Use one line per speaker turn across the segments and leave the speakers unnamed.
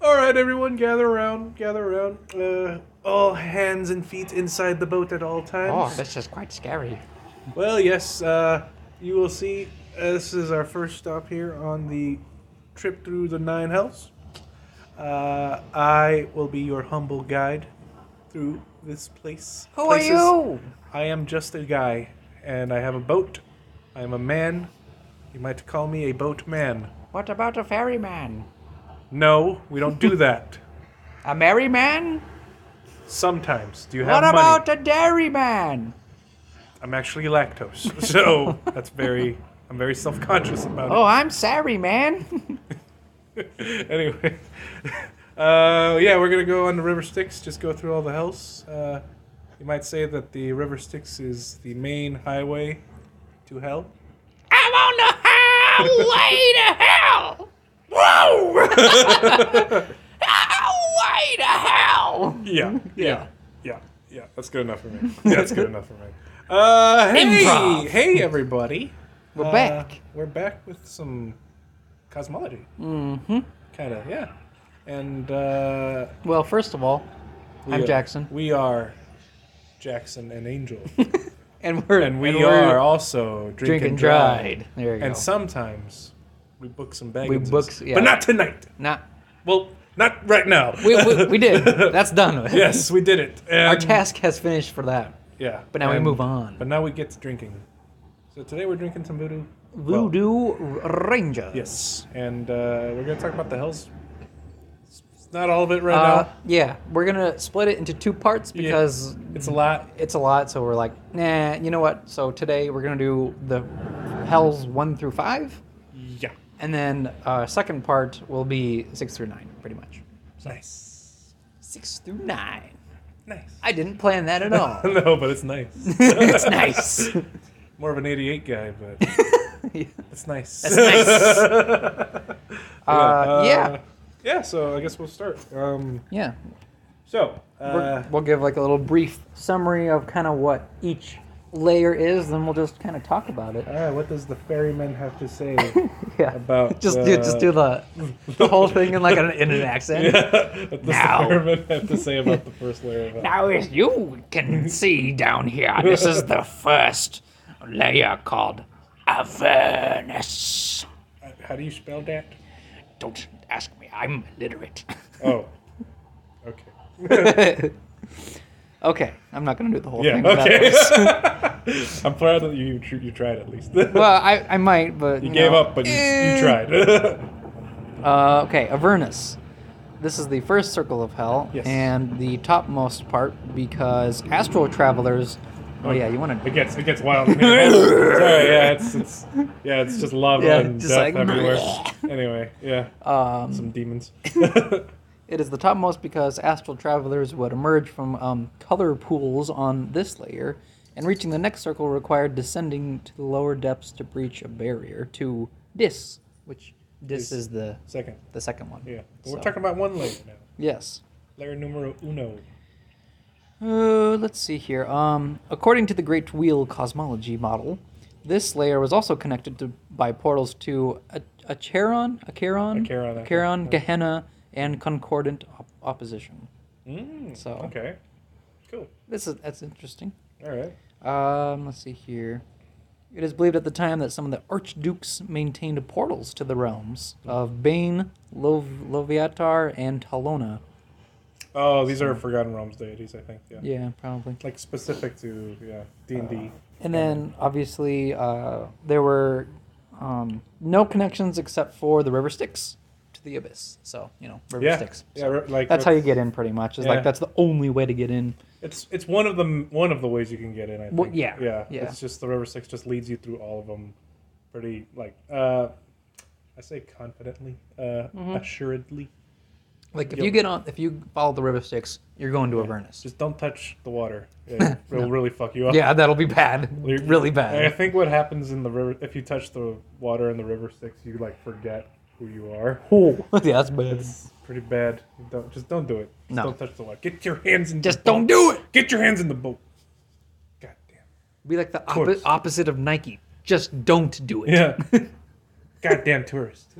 All right, everyone, gather around, gather around. Uh, all hands and feet inside the boat at all
Oh,
times.
this is quite scary.
Well, yes, uh, you will see. Uh, this is our first stop here on the trip through the Nine Hells. Uh, I will be your humble guide through this place.
Who are
places.
you?
I am just a guy, and I have a boat. I am a man. You might call me a boat man.
What about a ferryman?
No, we don't do that.
A merry man?
Sometimes. Do you have
What
money?
about a dairy man?
I'm actually lactose, so that's very. I'm very self-conscious about it.
Oh, I'm sorry, man.
anyway, uh, yeah, we're gonna go on the River Styx. Just go through all the hells. Uh, you might say that the River Styx is the main highway to hell.
I'm on the highway to hell. Whoa! highway to hell.
Yeah, yeah, yeah, yeah. That's good enough for me. Yeah, that's good enough for me. Uh, hey,
Improv.
hey, everybody.
We're
Uh,
back.
We're back with some cosmology.
Mm-hmm.
Kind of, yeah. And uh,
Well, first of all,
we
I'm
are-
Jackson,
We are Jackson and Angel,
and we're
and we
we're
are also drinking
drinking dried. There you
And
go.
sometimes we book some baggage.
book s- yeah.
but not tonight.
Nah,
Well, not right now.
we, we, we did. That's done. with.
yes, we did it. And,
Our task has finished for that.
Yeah,
But now we
and-
move on.
But now we get to drinking. So today we're drinking some voodoo. well,
Voodoo Ranger.
Yes, and uh, we're gonna talk about the hells. It's- It's not all of it right
Uh,
now.
yeah, we're gonna split it into two parts because
It's a lot.
it's a lot. So we're like, nah, you know what? So today we're gonna do the Hell's one through five,
Yeah.
and then uh, second part will be six through nine, pretty much.
Nice.
Six through nine.
Nice.
I didn't plan that at all.
no, but it's nice.
it's nice.
More of an '88 guy, but
Yeah.
it's nice.
That's nice. Uh, yeah.
Yeah. So I guess we'll start. Um,
Yeah,
so.
We're-
Uh,
we'll give like a little brief summary of kind of what each layer is, then we'll just kind of talk about it.
all right. What does the ferryman have to say?
Yeah.
About,
just do,
uh,
just do the the whole thing in like an, in an accent.
what does the
Now.
ferryman have to say about the first layer of hell?
Now, as you can see down here, this is the first layer called Avernus.
Uh, How do you spell that?
Don't ask me, I'm illiterate.
Oh. Okay.
okay, I'm not gonna do the whole
Yeah.
thing. without this.
Okay. I'm proud that you tr- you tried at least. you
Well, I, I might, but you,
gave
know.
up, but you,
Eh.
you tried.
Uh, okay, Avernus. This is the first circle of hell,
Yes.
and the topmost part because astral travelers. Oh yeah, you want
It
to?
gets it gets wild. in here. Sorry, yeah, it's, it's yeah, it's just lava
Yeah,
and
just
death
like- Um,
everywhere. anyway, yeah, some demons.
It is the topmost because astral travelers would emerge from um, color pools on this layer, and reaching the next circle required descending to the lower depths to breach a barrier to Dis, which Dis is the
Second,
the second one.
yeah, But we're
So,
talking about one layer now.
Yes.
Layer numero uno.
Uh, let's see here. Um, according to the Great Wheel cosmology model, this layer was also connected to, by portals to a- Acheron, Acheron,
Acheron, I think,
Acheron, Gehenna, and concordant op- opposition.
Mm,
So
okay, cool.
this is that's interesting.
All right.
Um, let's see here. It is believed at the time that some of the archdukes maintained portals to the realms of Bane, Lov- Loviatar, and Talona.
Oh, these are Forgotten Realms deities, I think. Yeah.
Yeah, Uh, probably.
Like specific to yeah D and D.
And then obviously uh, there were um, no connections except for the river Styx to the abyss. So you know, river
Yeah.
Styx.
Yeah. re- Like uh,
That's how you get in, pretty much. Is
Yeah.
like that's the only way to get in.
It's it's one of the one of the ways you can get in. I think.
Well, yeah,
yeah,
yeah.
It's just the River Six just leads you through all of them, pretty like uh, I say confidently, uh,
Mm-hmm.
assuredly.
Like if
Yep.
you get on, if you follow the river Styx, you're going to Avernus.
Just don't touch the water; it, will really fuck you up.
Yeah, that'll be bad,
You're-
really
I
bad.
think what happens in the river if you touch the water in the River Six, you like forget who you are.
Oh, yeah, that's bad.
It's pretty bad. Don't just don't do it. Just
No.
Don't touch the water. Get your hands in.
Just
the boat.
don't do it.
Get your hands in the boat. God damn.
Be like the
course.
oppo- opposite of Nike. Just don't do it.
Yeah. Goddamn tourist.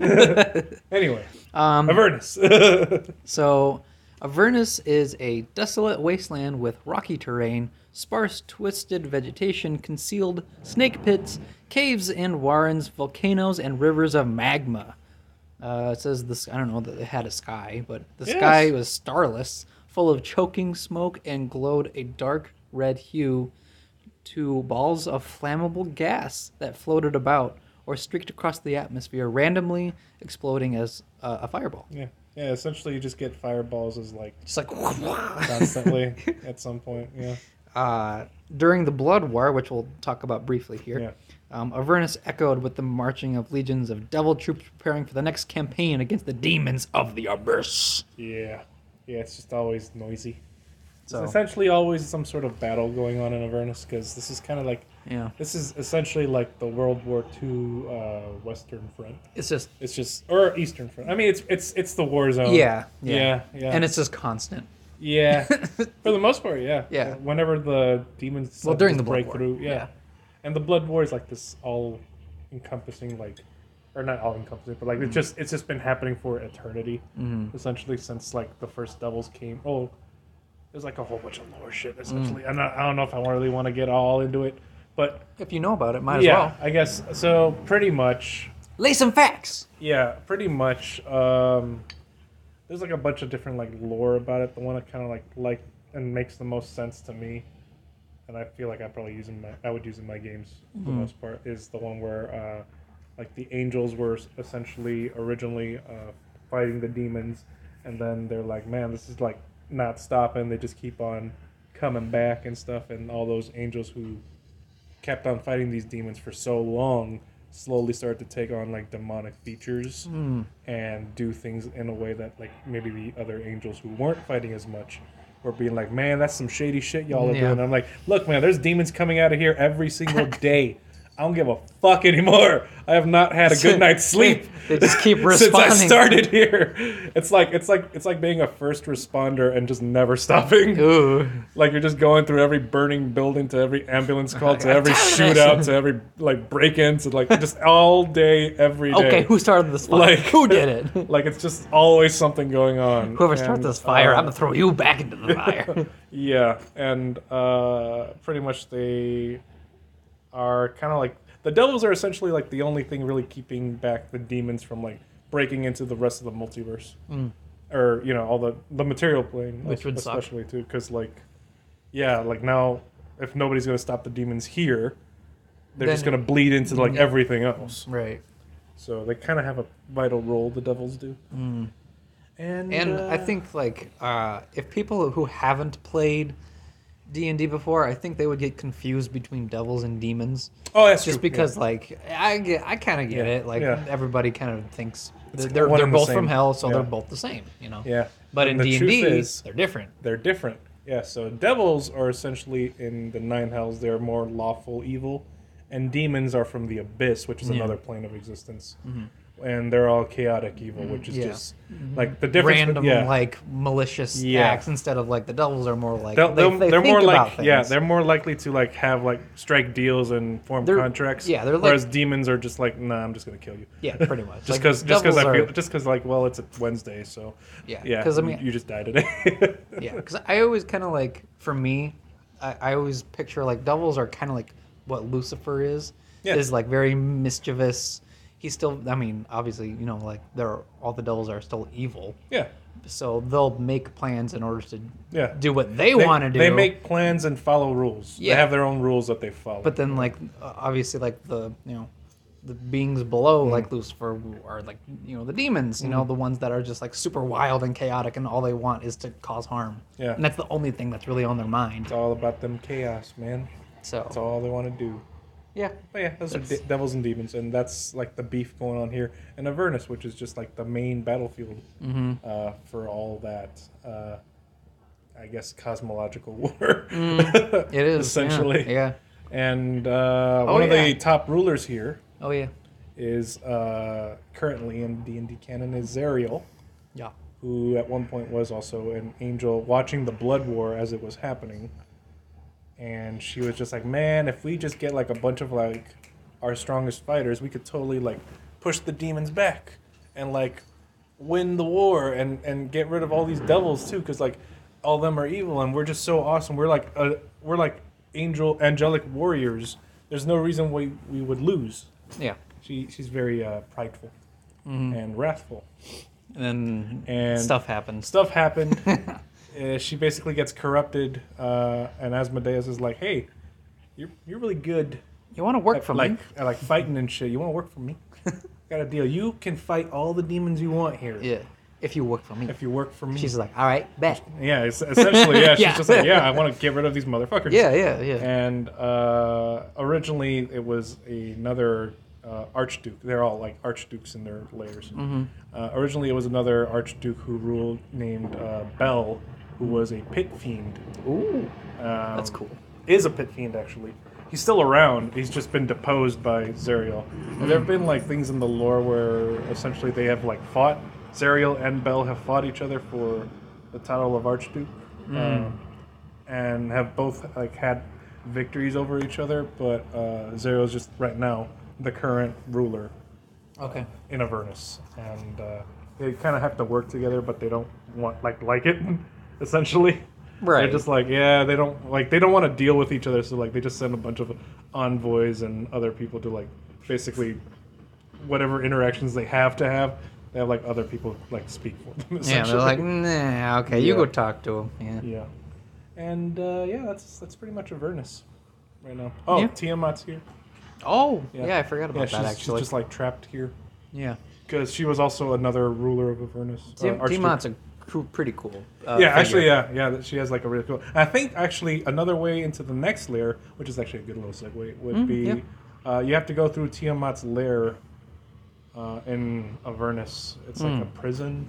anyway,
Um,
Avernus.
So, Avernus is a desolate wasteland with rocky terrain, sparse, twisted vegetation, concealed snake pits, caves and warrens, volcanoes, and rivers of magma. Uh, it says this. I don't know that it had a sky, but the
Yes.
sky was starless, full of choking smoke, and glowed a dark red hue to balls of flammable gas that floated about or streaked across the atmosphere, randomly exploding as uh, a fireball.
yeah. Yeah, essentially you just get fireballs as like
Just like
constantly at some point. Yeah.
uh, during the Blood War, which we'll talk about briefly here,
Yeah.
um, Avernus echoed with the marching of legions of devil troops preparing for the next campaign against the demons of the abyss.
Yeah. Yeah, it's just always noisy.
So,
It's essentially always some sort of battle going on in Avernus because this is kind of like
yeah,
this is essentially like the World War II uh, Western Front.
it's just
It's just or Eastern Front. I mean, it's it's it's the war zone.
yeah, yeah,
Yeah. Yeah.
and it's just constant.
yeah. For the most part, yeah.
Yeah.
Whenever the demons
Well, during
just
the Blood
break
War,
through, yeah.
yeah.
And the blood war is like this all encompassing like or not all encompassing, but
Mm.
like it's just it's just been happening for eternity.
Mm-hmm.
Essentially since like the first devils came. Oh, there's like a whole bunch of lore
Mm.
shit essentially. I'm not, I don't know if I really want to get all into it, but
if you know about it, might as
yeah,
well
I guess so pretty much
lay some facts.
yeah, pretty much. Um, there's like a bunch of different like lore about it. The one that kind of like like and makes the most sense to me, and I feel like I probably use in my I would use in my games for the most part is the one where uh, like the angels were s- essentially originally uh, fighting the demons, and then they're like, man, this is like not stopping. They just keep on coming back and stuff, and all those angels who kept on fighting these demons for so long slowly started to take on like demonic features and do things in a way that like maybe the other angels who weren't fighting as much were being like man that's some shady shit y'all are
Yeah.
doing i'm like look man there's demons coming out of here every single day i don't give a fuck anymore i have not had a good night's sleep
They just keep
since i
responding.
started here it's like it's like it's like being a first responder and just never stopping
Ooh,
like you're just going through every burning building to every ambulance call to
I'm
every
tired of
shootout
this.
to every like break in to like just all day every day.
okay, who started this fire?
Like-
who did it?
like it's just always something going on.
Whoever
And,
started this fire,
uh,
I'm gonna throw you back into the fire.
yeah, and uh, pretty much they are kind of like the devils are essentially like the only thing really keeping back the demons from like breaking into the rest of the multiverse, or you know all the the material plane,
Mm. Which would suck.
especially too, because like yeah, like now if nobody's gonna stop the demons here, they're
Then-
just gonna bleed into like
Yeah.
everything else.
right.
So they kind of have a vital role the devils do. And
Mm. and i
uh,
think like uh, if people who haven't played d&d before i think they would get confused between devils and demons
oh that's
just
true, yeah.
because like i, get- I kind of get
Yeah,
it like
yeah.
everybody kind of thinks they're, they're,
one
they're
and the
both
same.
from hell so they're
Yeah.
both the same you know
yeah,
but in
And
d&d
the truth is-
they're different
they're different. Yeah, so devils are essentially in the nine hells, they're more lawful evil, and demons are from the abyss, which is another plane of existence. And they're all chaotic evil, which is
Mm-hmm. Yeah.
just like the difference.
random
yeah.
like malicious
Yeah.
acts instead of like the devils are more like
They'll-
they,
they'll-
they
they're
think
more
about
like
things.
yeah, they're more likely to like have like strike deals and form
They're-
contracts.
yeah, they're like-
whereas demons are just like, nah, I'm just gonna kill you.
yeah pretty much
Just
Like,
because, just because I
devils
feel,
are-
just because, like, well, it's a Wednesday, so
Yeah,
yeah.
'cause I
you-
mean-
you just die today.
yeah because i always kind of like for me I, I always picture like devils are kind of like what lucifer is
Yeah.
is like very mischievous he's still i mean obviously you know like they're all the devils are still evil
yeah,
so they'll make plans in order to
yeah.
do what they, want to do
They make plans and follow rules.
Yeah.
They have their own rules that they follow.
but then like uh, obviously like the you know the beings below
Mm.
like lucifer are like you know the demons you know the ones that are just like super wild and chaotic and all they want is to cause harm
Yeah.
and that's the only thing that's really on their mind
it's all about them chaos, man.
so
That's all they want to do.
yeah
But yeah, those are
That's-
de- devils and demons, and that's like the beef going on here in Avernus, which is just like the main battlefield
Mm-hmm.
uh, for all that. Uh, I guess cosmological war.
Mm, It is yeah.
essentially.
Yeah.
And uh,
Oh,
one of the
yeah.
top rulers here
Oh yeah.
is uh, currently in D and D canon is Zerial.
Yeah.
who at one point was also an angel watching the blood war as it was happening and she was just like man if we just get like a bunch of like our strongest fighters we could totally like push the demons back and like win the war and and get rid of all these devils too because like all them are evil and we're just so awesome we're like uh we're like angel angelic warriors there's no reason we we would lose
Yeah.
she she's very uh, prideful and wrathful
And,
and
stuff happens.
stuff happened. uh, she basically gets corrupted, uh, and Asmodeus is like, "Hey, you're you're really good
You want to work
at
for
like
me?
at, like fighting and shit. You want to work for me? Got a deal. You can fight all the demons you want here
Yeah. If you work for me.
if you work for me."
She's like, all right, bet.
yeah, it's, essentially, yeah. She's
Yeah.
just like, "Yeah, I want to get rid of these motherfuckers."
Yeah, yeah, yeah.
And uh, originally, it was another uh, archduke. They're all like archdukes in their layers.
Mm-hmm.
Uh, originally, it was another archduke who ruled named uh, Bell, who was a pit fiend.
Ooh,
Um,
that's cool.
Is a pit fiend actually. He's still around. He's just been deposed by Zerial. And there have been like things in the lore where essentially they have like fought. Zerial and Bell have fought each other for the title of archduke.
Hmm.
Um, and have both like had victories over each other, but uh, Zero's just right now the current ruler
Okay.
in Avernus, and uh, they kind of have to work together, but they don't want like like it, essentially.
Right.
They're just like yeah, they don't like they don't want to deal with each other, so like they just send a bunch of envoys and other people to like basically whatever interactions they have to have. They have like other people like speak for them.
Yeah, they're
Essentially.
like, nah, okay, you
Yeah.
go talk to him. Yeah.
Yeah. And uh, yeah, that's that's pretty much Avernus right now. Oh,
Yeah.
Tiamat's here.
Oh, yeah.
Yeah.
I forgot
Yeah,
about
she's,
that
she's
actually.
just like uh, trapped here
yeah.
because she was also another ruler of Avernus. or
Tim,
Archduke.
Tiamat's a coo- pretty cool. Uh,
yeah, actually,
figure.
yeah, yeah. that- She has like a really cool. I think actually another way into the next layer, which is actually a good little segue, would
Mm,
be
yeah.
uh, you have to go through Tiamat's lair uh, in Avernus. It's
Hmm.
like a prison.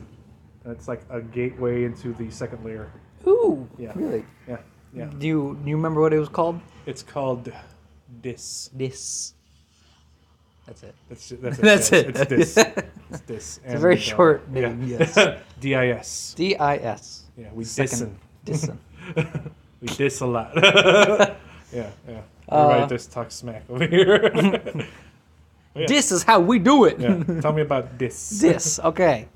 and It's like a gateway into the second layer.
Ooh,
Yeah.
really?
Yeah, yeah.
Do you do you remember what it was called?
It's called Dis.
This. That's it.
That's it. That's it.
That's
yeah,
it.
It's, it's Dis. It's Dis. uh,
a very short name, yes.
D-I-S.
D I S.
Yeah, we dissin.
Second. Dissin.
we diss a lot. yeah, yeah. Everybody
Uh,
just talks smack over here. Yeah.
This is how we do it.
yeah. Tell me about this.
this. Okay.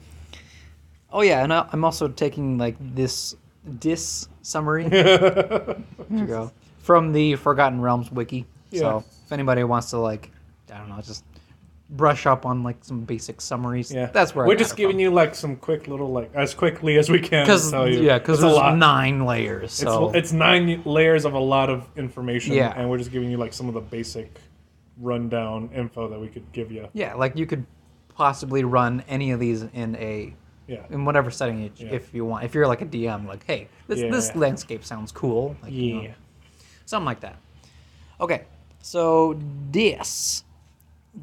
Oh yeah, and I, I'm also taking like this dis summary to go from the Forgotten Realms wiki.
Yeah.
So if anybody wants to like, I don't know, just brush up on like some basic summaries.
Yeah,
that's where
we're just giving you like some quick little like as quickly as we can. to
because
tell you.
yeah, because
It's a
there's
lot.
nine layers.
It's,
So
it's nine layers of a lot of information,
Yeah.
and we're just giving you like some of the basic rundown info that we could give you.
yeah, like you could possibly run any of these in a
Yeah,
in whatever setting you,
Yeah.
if you want. If you're like a DM, like hey, this
Yeah,
this
yeah.
landscape sounds cool. Like, you know,
yeah.
something like that. Okay, so this,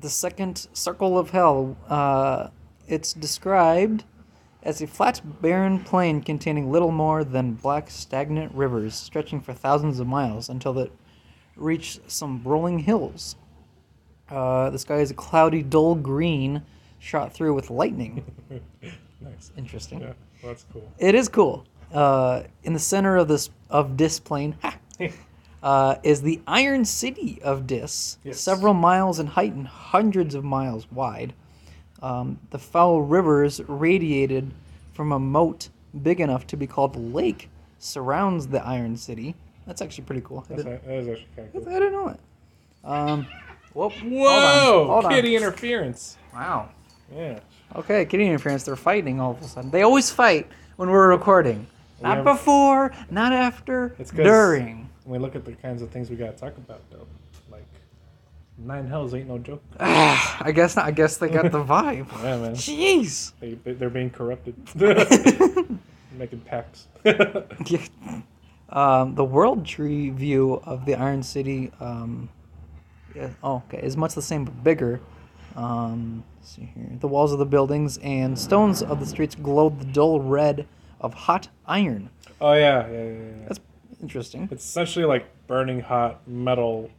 the second circle of hell, uh, it's described as a flat, barren plain containing little more than black, stagnant rivers stretching for thousands of miles until it reached some rolling hills. Uh, the sky is a cloudy, dull green, shot through with lightning.
Nice.
Interesting.
Yeah, well, that's cool.
It is cool. Uh, in the center of this of this plane uh, is the Iron City of Dis,
Yes.
several miles in height and hundreds of miles wide. Um, the foul rivers radiated from a moat big enough to be called a lake surrounds the Iron City. That's actually pretty cool. I
That's,
didn't,
that is actually kind of cool.
I didn't know it. Um, whoop,
Whoa!
Hold on.
kitty interference.
Wow.
Yeah.
Okay, kitty interference. They're fighting all of a sudden. They always fight when we're recording. Not
have-
before, not after,
It's 'cause-
during.
When we look at the kinds of things we gotta talk about, though, like nine hells ain't no joke.
Ah. I guess not. I guess they got the vibe.
Yeah, man.
Jeez.
They, they- they're being corrupted. Making packs.
Yeah. Um, the world tree view of the Iron City. Um, yeah, oh, okay, is much the same but bigger. Um, let's see here. The walls of the buildings and stones of the streets glowed the dull red of hot iron.
oh yeah, yeah, yeah, yeah, yeah.
That's interesting.
It's essentially like burning hot metal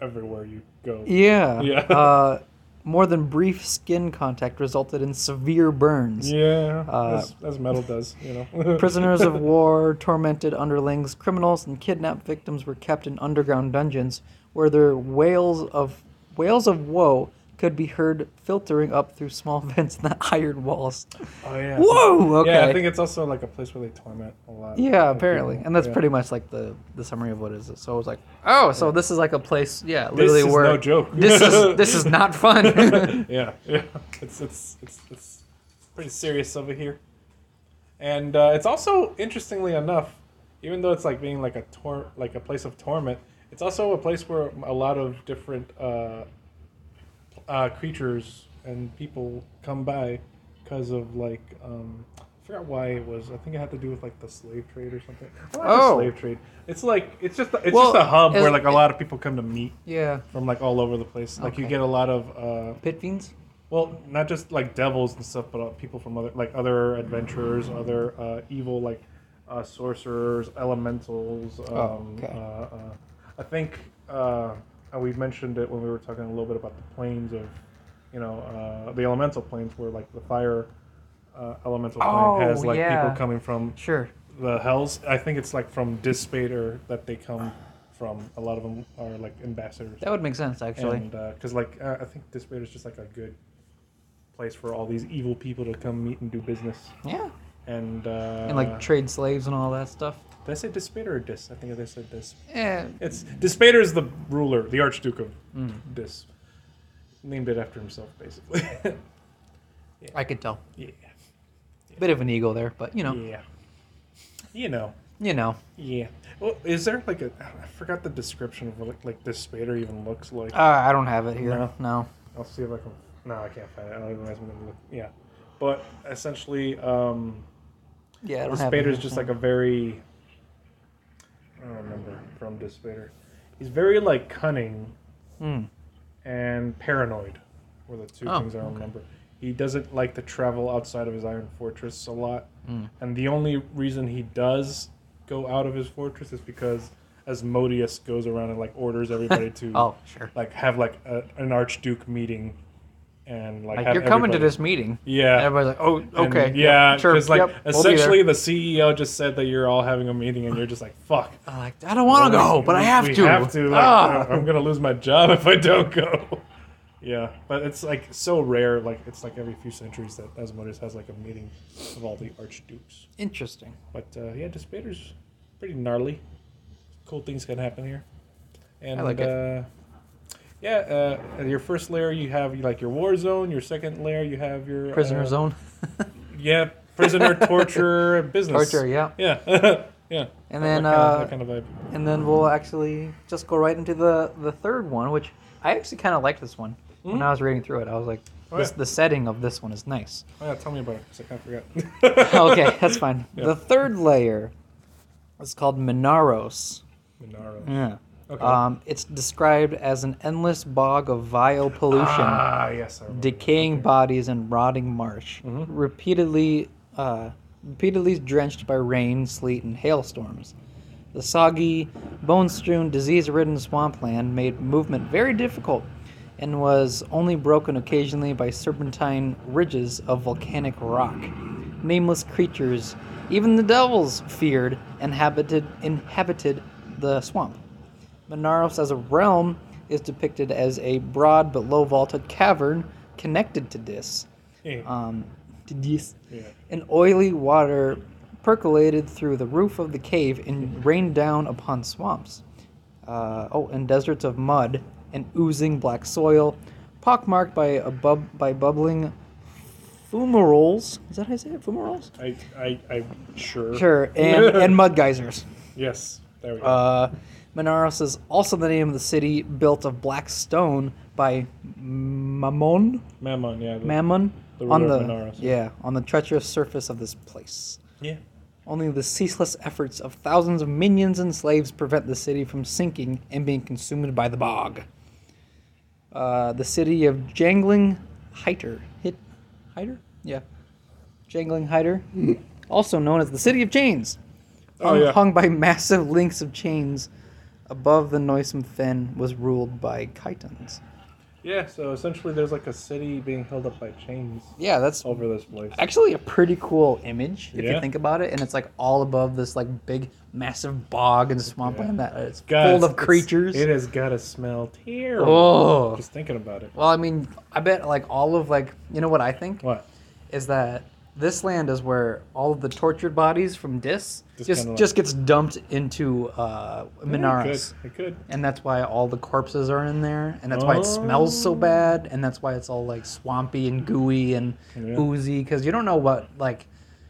everywhere you go.
Yeah.
Yeah.
Uh, more than brief skin contact resulted in severe burns.
Yeah,
Uh,
as, as metal does, you know.
Prisoners of war, tormented underlings, criminals, and kidnapped victims were kept in underground dungeons where their wails of wails of woe could be heard filtering up through small vents in the iron walls.
Oh yeah.
Whoa! Okay.
Yeah, I think it's also like a place where they torment a lot.
Yeah,
of
apparently,
people.
and that's
Yeah.
pretty much like the the summary of what is it. So I was like, oh, so this is like a place, yeah,
This
literally
is
where
no joke.
this is this is not fun.
yeah, yeah. It's it's it's it's pretty serious over here, and uh, it's also interestingly enough, even though it's like being like a tor- like a place of torment, it's also a place where a lot of different uh, uh, creatures and people come by because of like um, I forgot why it was. I think it had to do with like the slave trade or something. Well, not the
Oh.
slave trade. It's like it's just it's
Well,
just a hub
as-
where like a lot of people come to meet
yeah,
from like all over the place. Like you
Okay.
get a lot of. Uh,
pit fiends.
well, not just like devils and stuff, but uh, people from other like other adventurers, other uh, evil like uh, sorcerers, elementals. Um,
Oh, okay.
uh, uh, I think uh, uh, we mentioned it when we were talking a little bit about the planes of, you know, uh, the elemental planes, where like the fire uh, elemental plane
Oh,
has like
yeah.
people coming from
Sure.
the hells. I think it's like from Dispater that they come from. A lot of them are like ambassadors
That would make sense, actually.
and because like uh, I think Disparate is just like a good place for all these evil people to come meet and do business.
yeah,
And uh,
and like trade slaves and all that stuff.
did I say Dispater or Dis? I think they said Dis.
Yeah,
It's Dispater is the ruler, the Archduke of
Mm.
Dis. Named it after himself, basically.
I could tell.
yeah,
Bit of an ego there, but you know,
yeah, you know,
you know.
yeah. Well, is there like a? I forgot the description of what like, like Dispater even looks like.
Uh, I don't have it here.
No.
no.
I'll see if I can. No, I can't find it. I don't even know if I'm gonna look. Yeah, but essentially, um,
Yeah, I don't have it.
Dispater is
here.
just like a very. I don't remember from Dispater. He's very like cunning
Hmm.
and paranoid, were the two
Oh,
things I remember. He doesn't like to travel outside of his iron fortress a lot,
Hmm.
and the only reason he does go out of his fortress is because Asmodeus goes around and like orders everybody to
Oh, sure.
like have like a, an archduke meeting, and like,
Like
have
you're coming to
everybody-
this meeting.
yeah.
And everybody's like, oh,
And,
okay.
yeah,
sure.
because like
yep, we'll be there.
essentially the CEO just said that you're all having a meeting, and you're just like, "Fuck,
I'm like, I don't want to go, but I
We-
have
we
to.
Have to. Like, uh,
Ah.
I'm gonna lose my job if I don't go. yeah, but it's like so rare. Like it's like every few centuries that Asmodeus has like a meeting of all the archdukes.
Interesting.
But uh, yeah, Dispater's pretty gnarly. Cool things can happen here. And
I like it.
uh, yeah, uh, your first layer you have like your war zone. Your second layer you have your
Prisoner
uh,
zone.
Yeah, prisoner torture business.
Torture, yeah.
Yeah. yeah.
And
that
then,
kind, of,
uh,
that kind of vibe.
And then we'll actually just go right into the, the third one, which I actually kind of liked this one. When I was reading through it, I was like,
Hmm? Oh,
this,
yeah.
the setting of this one is nice.
Oh, yeah, tell me about it because I kind of forgot.
okay, that's fine.
Yeah.
The third layer is called Minaros.
Monaro.
Yeah.
Okay.
Um, it's described as an endless bog of vile pollution.
Ah, yes. I remember.
decaying bodies and rotting marsh, repeatedly, uh, repeatedly drenched by rain, sleet, and hailstorms. The soggy, bone-strewn, disease-ridden swampland made movement very difficult, and was only broken occasionally by serpentine ridges of volcanic rock. Nameless creatures, even the devils feared, inhabited inhabited the swamp. Monaros as a realm is depicted as a broad but low vaulted cavern connected to this.
Yeah.
Um, to this.
Yeah.
An oily water percolated through the roof of the cave and rained down upon swamps. Uh, oh, and deserts of mud and oozing black soil, pockmarked by a bub- by bubbling fumaroles. Is that how you say it? Fumaroles?
I, I, I, sure.
Sure, and, and mud geysers.
yes. There we go.
Uh, Manaros is also the name of the city built of black stone by Mammon,
Mammon, yeah. the-
Mammon
The ruler
on the
of Manaros.
yeah on the treacherous surface of this place.
yeah.
Only the ceaseless efforts of thousands of minions and slaves prevent the city from sinking and being consumed by the bog. Uh, the city of Jangling Hyder, hit Hyder, yeah, Jangling Hyder, also known as the city of chains
Hmm. Oh, yeah.
hung by massive links of chains above the noisome fen was ruled by chitons.
Yeah, so essentially there's like a city being held up by chains
Yeah, that's
over this place.
actually a pretty cool image if you
Yeah.
think about it, and it's like all above this like big, massive bog and swampland that is
God,
full
it's-
of creatures.
It's, it has got to smell terrible.
oh,
Just thinking about it.
well, I mean, I bet like all of like you know what I think
What?
is that this land is where all of the tortured bodies from Dis
Just
just
kinda like-
just gets dumped into uh,
Yeah,
Minaris.
It could. It could.
And that's why all the corpses are in there, and that's why it smells so
Oh.
bad, and that's why it's all like swampy and gooey and
Yeah.
oozy, because you don't know what like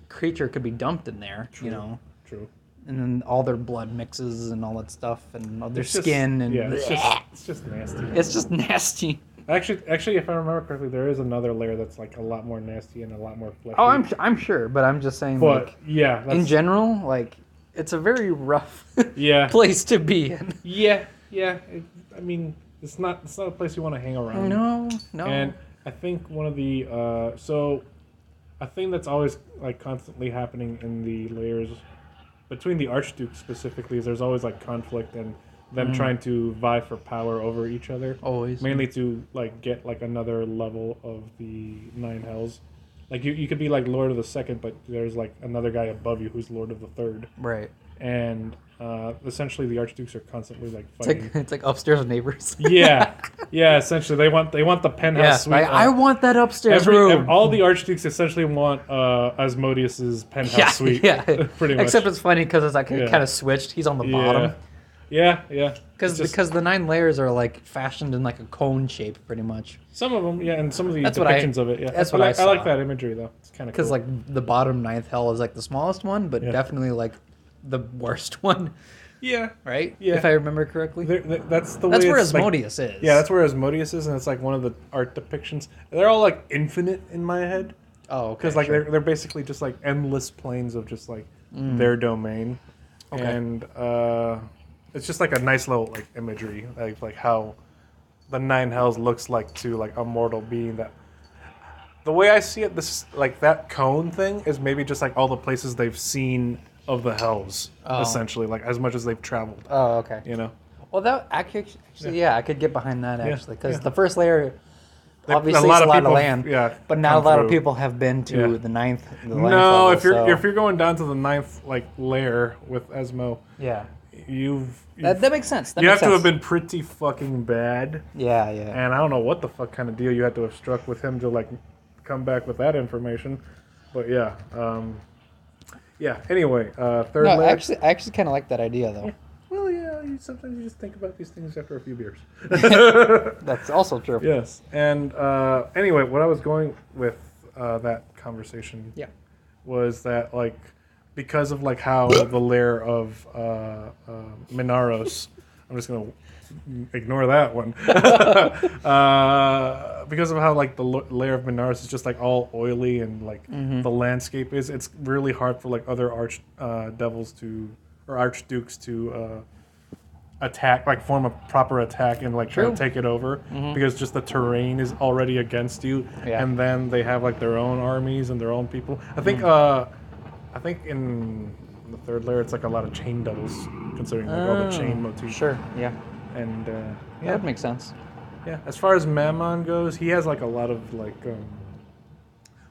creature could be dumped in there, you know.
True.
And then all their blood mixes and all that stuff, and all their
It's just-
skin, and
yeah, it's just it's just nasty.
it's just nasty.
Actually, actually, if I remember correctly, there is another layer that's like a lot more nasty and a lot more fleshy.
Oh, I'm I'm sure, but I'm just saying,
But
like
yeah,
in
that's,
general, like it's a very rough
yeah,
place to be in.
yeah, yeah. It, I mean, it's not it's not a place you want to hang around.
No, no.
And
Oh.
I think one of the uh, so a thing that's always like constantly happening in the layers between the archduke specifically is there's always like conflict and them trying to vie for power over each other.
Mm. Always.
mainly to like get like another level of the nine hells. Like you, you could be like Lord of the Second, but there's like another guy above you who's Lord of the Third,
Right.
and uh, essentially the archdukes are constantly like
It's like
fighting.
it's like upstairs neighbors.
yeah, yeah. Essentially, they want they want the
Yeah,
penthouse
I,
suite. uh,
I
of-
want that upstairs
every,
room.
ev- all the archdukes essentially want uh, Asmodeus's penthouse
yeah,
suite.
yeah.
pretty much.
Except it's funny because it's like
Yeah.
kind of switched. He's on the
yeah.
bottom
yeah, yeah.
because
It's just-
because the nine layers are like fashioned in like a cone shape, pretty much.
some of them, yeah, and some of the
That's what I-
depictions of it, yeah.
that's
I
what I
like, I like
saw.
that imagery though. It's kind of
Because
cool.
like the bottom ninth hell is like the smallest one, but
Yeah.
definitely like the worst one,
yeah,
right?
Yeah.
If I remember correctly,
There- th- that's the
that's
way
where
it's, like-
Asmodeus is.
yeah, that's where Asmodeus is, and it's like one of the art depictions. They're all like infinite in my head
oh, okay,
because like
sure.
they're they're basically just like endless planes of just like their domain,
Mm. Okay.
and uh, it's just like a nice little like imagery like like how the nine hells looks like to like a mortal being that. The way I see it, this like that cone thing is maybe just like all the places they've seen of the hells,
Oh.
essentially, like as much as they've traveled,
oh, okay.
you know.
Well, that actually, actually yeah. I could get behind that
Yeah,
actually because
yeah.
the first layer
They-
obviously is a lot of land,
yeah,
but not a
come
lot of
through.
people have been to
Yeah.
the ninth. The ninth
No,
level,
if you're
so-
if you're going down to the ninth like layer with Esmo,
yeah,
you've, you've
that, that makes sense. That
you have
makes
to have been
sense.
pretty fucking bad,
Yeah, yeah.
and I don't know what the fuck kind of deal you had to have struck with him to like come back with that information, but yeah, um, yeah. Anyway, uh, third
No,
layer.
actually, I actually kind of like that idea though.
well, yeah. You, sometimes you just think about these things after a few beers.
That's also true.
yes, and uh, anyway, what I was going with uh, that conversation
Yeah.
was that like because of like how the layer of uh, uh, Minaros, I'm just gonna ignore that one. uh, because of how like the lo- layer of Minaros is just like all oily and like the landscape is, it's really hard for like other arch uh, devils to or archdukes to. Uh, attack like form a proper attack and like try
True.
to take it over because just the terrain is already against you
Yeah.
and then they have like their own armies and their own people i think
Mm.
uh i think in the third layer it's like a lot of chain doubles considering like all the chain motifs
Oh, Sure. Yeah.
and uh
That
yeah
would make sense.
yeah as far as mammon goes he has like a lot of like um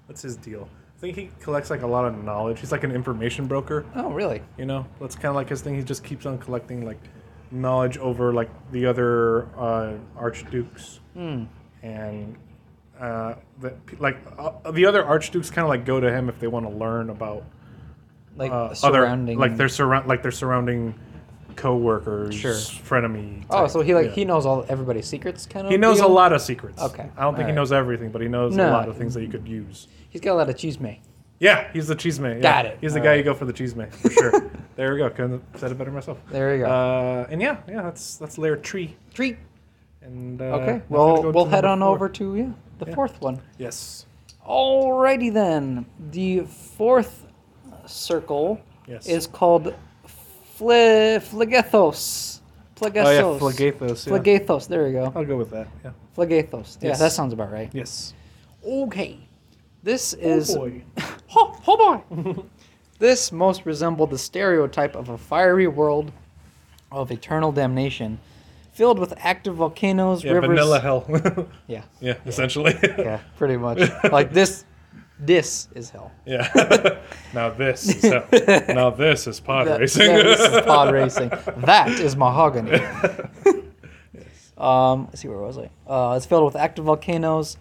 what's his deal i think he collects like a lot of knowledge he's like an information broker
Oh, really?
you know, that's kind of like his thing. He just keeps on collecting like knowledge over like the other uh, archdukes,
Hmm.
and uh, the, like uh, the other archdukes kind of like go to him if they want to learn about
Like
uh, other
surrounding.
like their surround like their surrounding coworkers,
Sure.
frenemy.
Oh,
type.
so he like
Yeah.
he knows all everybody's secrets, kind of.
He knows a
deal?
lot of secrets.
Okay,
I don't think he
alright.
knows everything, but he knows
No.
a lot of things that you could use.
He's got a lot of cheese may.
Yeah, he's the cheese man. Yeah.
Got it.
He's the
All
guy
right.
you go for the cheese man for sure. there we go. Couldn't have said it better myself.
There you go.
Uh, and yeah, yeah, that's that's layer tree.
Treat.
And uh,
Okay.
we're gonna
well,
go to
we'll head
number
on
four.
over to yeah the fourth one.
Yes.
Alrighty then. The fourth circle
Yes.
is called Fle- Phlegethos. Phlegethos.
Oh yeah, Phlegathos. Yeah.
Phlegethos, There you go.
I'll go with that. Yeah.
Phlegethos. Yeah,
Yes.
that sounds about right.
Yes.
Okay. This is.
Oh, boy.
Oh, oh boy. this most resembled the stereotype of a fiery world of eternal damnation filled with active volcanoes,
Yeah,
rivers.
vanilla hell.
Yeah,
yeah, essentially.
yeah, pretty much. like this, this is hell.
yeah. now this is hell. Now this is pod
That-
racing.
yeah, this is pod racing. That is mahogany. Um, let's see, where was I? Uh, it's filled with active volcanoes,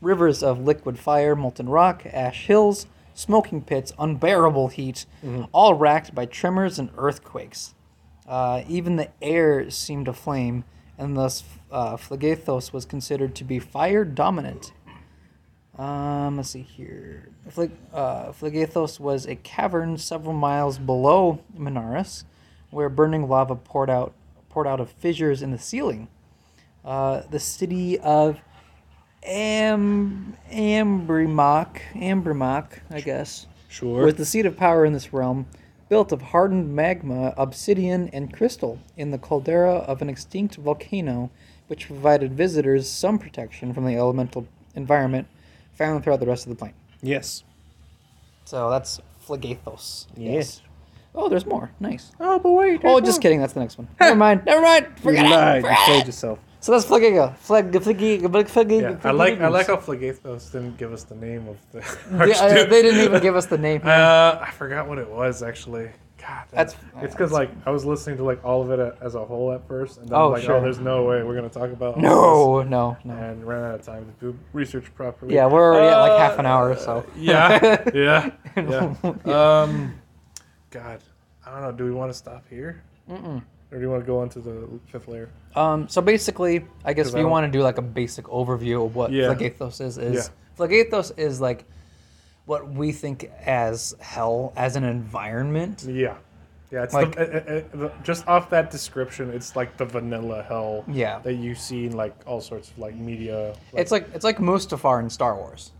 rivers of liquid fire, molten rock, ash hills, smoking pits, unbearable heat,
Mm-hmm.
all racked by tremors and earthquakes. Uh, even the air seemed aflame, and thus uh, Phlegathos was considered to be fire dominant. Um, let's see here. Phleg- uh, Phlegathos was a cavern several miles below Minaris, where burning lava poured out poured out of fissures in the ceiling. Uh, the city of Am Ambrimach, Ambrimach, I guess,
sure.
was the seat of power in this realm, built of hardened magma, obsidian, and crystal in the caldera of an extinct volcano, which provided visitors some protection from the elemental environment found throughout the rest of the plane.
yes.
So that's Phlegathos.
Yes.
Oh, there's more. Nice.
Oh, but wait.
Oh, just kidding. That's the next one. Never mind. Never mind.
You
Forget it.
lied. You
Forget it.
played yourself.
So that's Flagiga. Flag, Flagiga, Flagiga.
Yeah, I like I like how Phlegathos didn't give us the name of the
They,
archduke.
I, they didn't even give us the name.
Uh, I forgot what it was actually. God,
That's-
that's it's because like I was listening to like all of it a- as a whole at first, and then
Oh,
I'm like,
sure.
oh, there's no way we're gonna talk about all this,"
No, no, no.
and ran out of time to do research properly.
Yeah, we're already at like
Uh,
half an hour or so.
Yeah, yeah, yeah. Um, God, I don't know. Do we want to stop here,
Mm-mm.
or do you want to go on to the fifth layer?
Um, so basically, I guess
'Cause
if
I
you
don't-
want to do like a basic overview of what
Yeah.
Phlegathos is, is
Yeah.
Phlegathos is like what we think as hell as an environment.
Yeah, yeah. It's
Like-
the, uh, uh, uh, the, just off that description, it's like the vanilla hell.
Yeah.
that you see in like all sorts of like media.
It's like it's like Mustafar in Star Wars.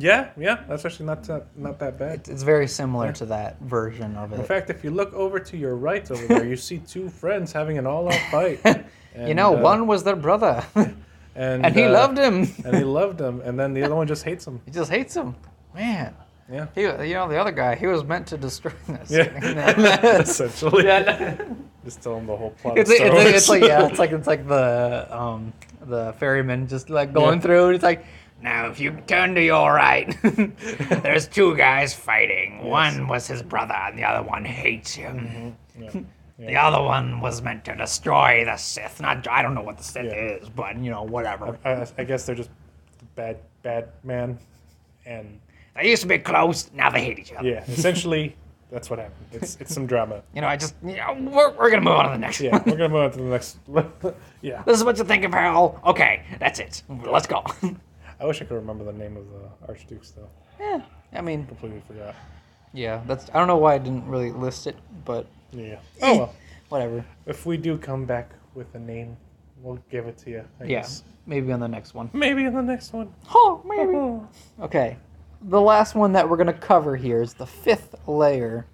Yeah, yeah, that's actually not that, not that bad.
It's, it's very similar to that version of
In
it.
fact, if you look over to your right over there, you see two friends having an all-out fight. And,
You know,
uh,
one was their brother,
and,
and he
uh,
loved him.
and he loved him, and then the other one just hates him.
He just hates him. Man.
Yeah,
He, you know, the other guy, he was meant to destroy this.
yeah, essentially.
Yeah,
Just tell him the whole plot.
it's,
of
it's,
Star
it's, it's
Wars.
like yeah, it's like it's like the um the ferryman just like going
Yeah.
through. And it's like now if you turn to your right, there's two guys fighting. One was his brother, and the other one hates him.
Yeah.
The other one was meant to destroy the Sith. Not I don't know what the Sith
Yeah.
is, but you know whatever.
I, I guess they're just the bad, bad man, and
They used to be close, now they hate each other.
yeah, essentially that's what happened. It's it's some drama.
You know, I just you know, we're, we're gonna move on to the next
Yeah,
one.
we're gonna move on to the next. yeah,
This is what you think of hell. Okay, that's it. Let's go.
I wish I could remember the name of the archdukes though.
yeah, I mean,
Completely forgot.
yeah, that's. I don't know why I didn't really list it, but
Yeah. Oh well.
Eh, whatever.
If we do come back with a name, we'll give it to you. I
Yeah,
guess.
maybe on the next one.
Maybe in the next one.
Oh, maybe. Okay, the last one that we're gonna cover here is the fifth layer,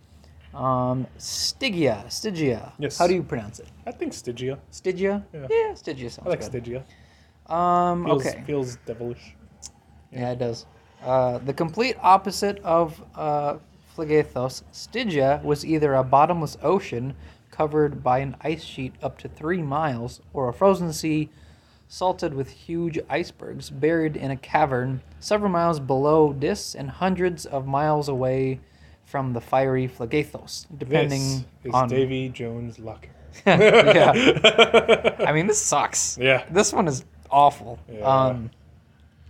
um, Stygia. Stygia.
Yes.
How do you pronounce it?
I think Stygia.
Stygia.
Yeah.
Stygia sounds
I like
good.
Stygia.
Um.
Feels,
okay.
Feels devilish.
Yeah, it does. Uh, the complete opposite of uh, Phlegathos, Stygia was either a bottomless ocean covered by an ice sheet up to three miles, or a frozen sea salted with huge icebergs buried in a cavern several miles below Dis and hundreds of miles away from the fiery Phlegathos, depending
This is
on.
Davy Jones' locker.
yeah,
yeah.
I mean this sucks.
Yeah.
This one is awful.
Yeah.
Um,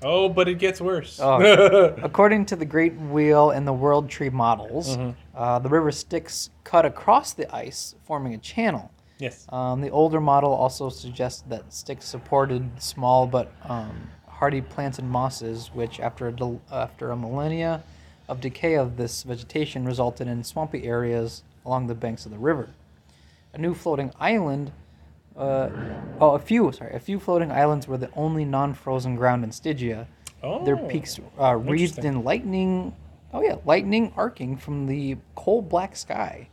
Oh, but it gets worse.
According to the Great Wheel and the World Tree models, uh, the river Styx cut across the ice, forming a channel.
yes.
Um, the older model also suggests that Styx supported small but um, hardy plants and mosses, which, after a, del- after a millennia of decay of this vegetation, resulted in swampy areas along the banks of the river. A new floating island, uh, oh, a few, sorry, a few floating islands were the only non-frozen ground in Stygia. Their
Oh,
peaks uh, wreathed in lightning. Oh yeah, lightning arcing from the cold black sky.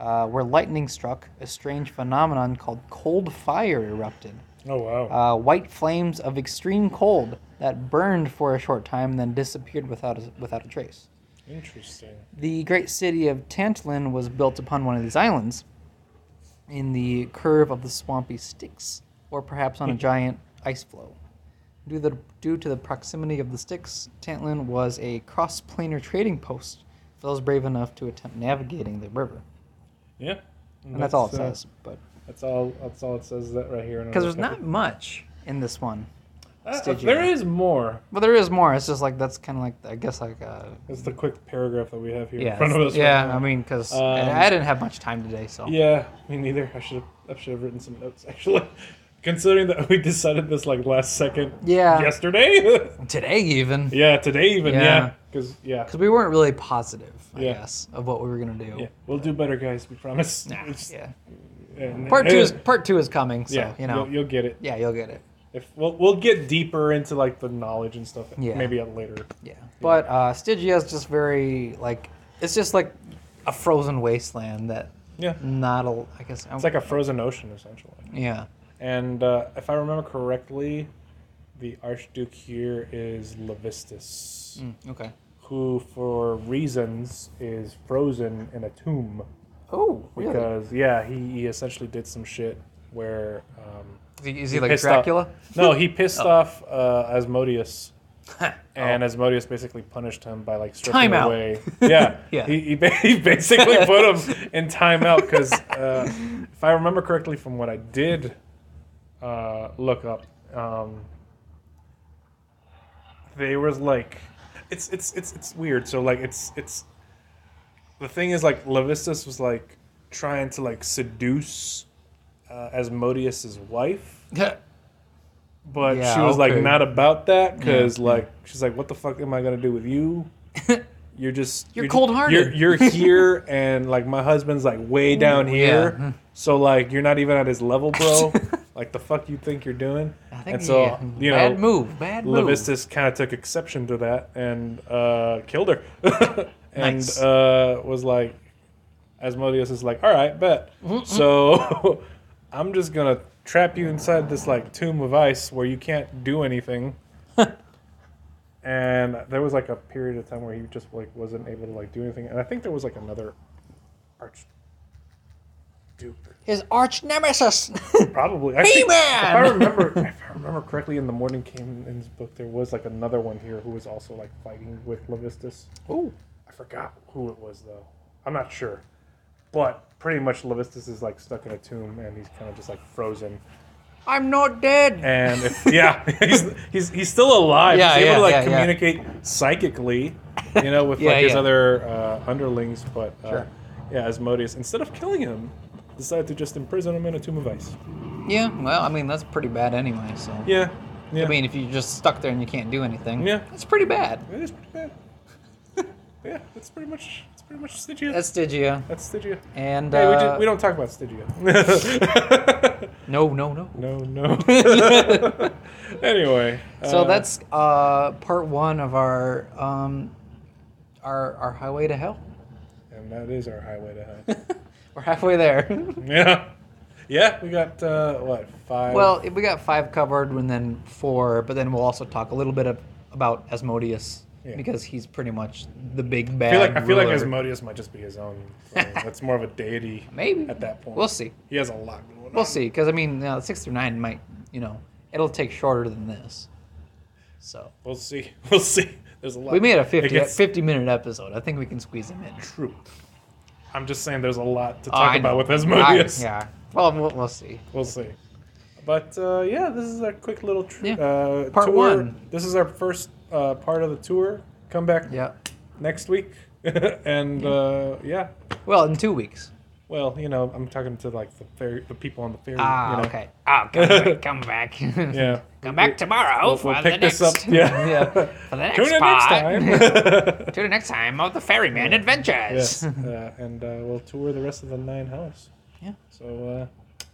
Uh, where lightning struck, a strange phenomenon called cold fire erupted.
Oh wow.
Uh, white flames of extreme cold that burned for a short time and then disappeared without a, without a trace.
Interesting.
The great city of Tantalin was built upon one of these islands. in the curve of the swampy Styx, or perhaps
Hmm.
on a giant ice floe. Due, the, due to the proximity of the Styx, Tantlin was a cross-planar trading post for those brave enough to attempt navigating the river.
Yeah.
And that's, all it
uh,
says, but
That's all. That's all it says that right here. in
because
our
there's not
cover.
much in this one.
Uh, uh,
Stygia.
there is more.
But there is more. It's just like that's kind of like I guess like uh,
That's the quick paragraph that we have here
yeah,
in front of
it's-
us.
yeah.
right now.
I mean, because
Um,
I, I didn't have much time today, so
Yeah, me neither. I should have. I should have written some notes actually. Considering that we decided this like last second
yeah.
yesterday.
Today even
yeah, today even.
Yeah.
Yeah, because yeah.
because we weren't really positive, I
Yeah.
guess, of what we were gonna do.
Yeah, we'll do better, guys. We promise.
Nah,
It's-
yeah.
and-
Part two is part two is coming, so
yeah.
you know.
you'll, you'll get it.
yeah, you'll get it.
If we'll we'll get deeper into like the knowledge and stuff.
Yeah.
Maybe at later.
Yeah. But uh, Stygia is just very like it's just like a frozen wasteland that
Yeah.
not a I guess
It's like a frozen ocean essentially.
yeah
And uh, if I remember correctly, the Archduke here is Levistus,
Mm, okay
who for reasons is frozen in a tomb
oh really
because yeah, he, he essentially did some shit where um,
is he, is he like
pissed off-
Dracula
no, he pissed off uh, Asmodeus. and
Oh.
Asmodeus basically punished him by like stripping
Timeout.
away. Yeah,
Yeah.
He, he, ba- he basically put him in timeout because uh, if I remember correctly from what I did uh, look up, um, they was like, it's it's it's it's weird. So like it's it's the thing is like Levistus was like trying to like seduce uh, Asmodeus's wife but
Yeah,
she was
okay.
like not about that because like she's like what the fuck am i gonna do with you you're just
You're
ju-
cold-hearted.
you're, you're here and like my husband's like way down here
Yeah. Hmm.
so like you're not even at his level bro like the fuck you think you're doing
I think
and so
yeah.
you know
bad move bad move
Levistus kind of took exception to that and uh, killed her. and
Nice.
uh, was like, Asmodeus is like, all right, bet. So I'm just going to trap you inside this like tomb of ice where you can't do anything. and there was like a period of time where he just like wasn't able to like do anything. And I think there was like another archduke.
his arch nemesis
Probably. I think- If
He-Man!
I remember, if I remember correctly, in the Morning King's book, there was like another one here who was also like fighting with Levistus.
oh
I forgot who it was though. I'm not sure, but pretty much Levistus is like stuck in a tomb and he's kind of just like frozen.
I'm not dead
And if, yeah, he's, he's he's still alive.
Yeah,
he's able
yeah,
to like
yeah, yeah.
communicate psychically, you know, with
Yeah,
like his
yeah.
other uh, underlings. But uh,
Sure.
yeah, Asmodeus instead of killing him, decided to just imprison him in a tomb of ice.
yeah well I mean that's pretty bad anyway so
Yeah. Yeah.
I mean if you're just stuck there and you can't do anything
Yeah.
that's pretty bad
It is pretty bad. yeah, that's pretty much that's pretty much Stygia. That's,
that's Stygia
Stygia.
and
Hey, we,
uh,
do, we don't talk about Stygia.
no no no
no, no. anyway,
So
uh,
that's uh, part one of our um, our our highway to hell.
and that is our highway to hell.
We're halfway there.
yeah, yeah. We got uh, what five?
well, we got five covered, and then four, but then we'll also talk a little bit of, about Asmodeus
Yeah.
because he's pretty much the big bad.
I feel like I feel like
ruler.
Asmodeus might just be his own. thing. That's more of a deity.
Maybe
at that point.
We'll see.
He has a lot going on.
We'll see because I mean, you know, six through nine might you know it'll take shorter than this. So
We'll see. We'll see. There's a lot.
we made a 50,
It gets-
50 minute episode. I think we can squeeze him in.
True. I'm just saying there's a lot to
Oh,
talk
I
about
know.
with
I-
Asmodeus.
yeah. Well, we'll, we'll see.
We'll see. But uh, yeah, this is a quick little tr-
Yeah.
uh,
Part
tour.
one.
This is our first uh, part of the tour. Come back
Yeah.
next week, and uh, yeah.
Well, in two weeks.
Well, you know, I'm talking to like the ferry, the people on the ferry.
Ah,
you know.
okay. Oh, come back. Come back,
Yeah.
Come back tomorrow
We'll,
for
we'll
the
pick
next.
this up. Yeah.
yeah. For the next
Tune in next
part.
time.
Tune in next time of the Ferryman
yes.
Adventures.
Uh, and uh, we'll tour the rest of the nine house.
Yeah.
So uh,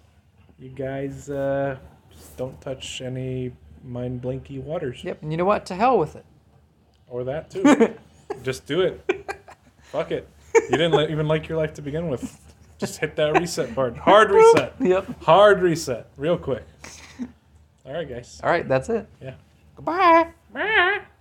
you guys uh, just don't touch any mind blinky waters.
Yep. And you know what? To hell with it.
Or that too. Just do it. Fuck it. You didn't li- even like your life to begin with. Just hit that reset button. Hard reset.
Yep.
Hard reset. Real quick. All right, guys.
All right. That's it.
Yeah.
Goodbye.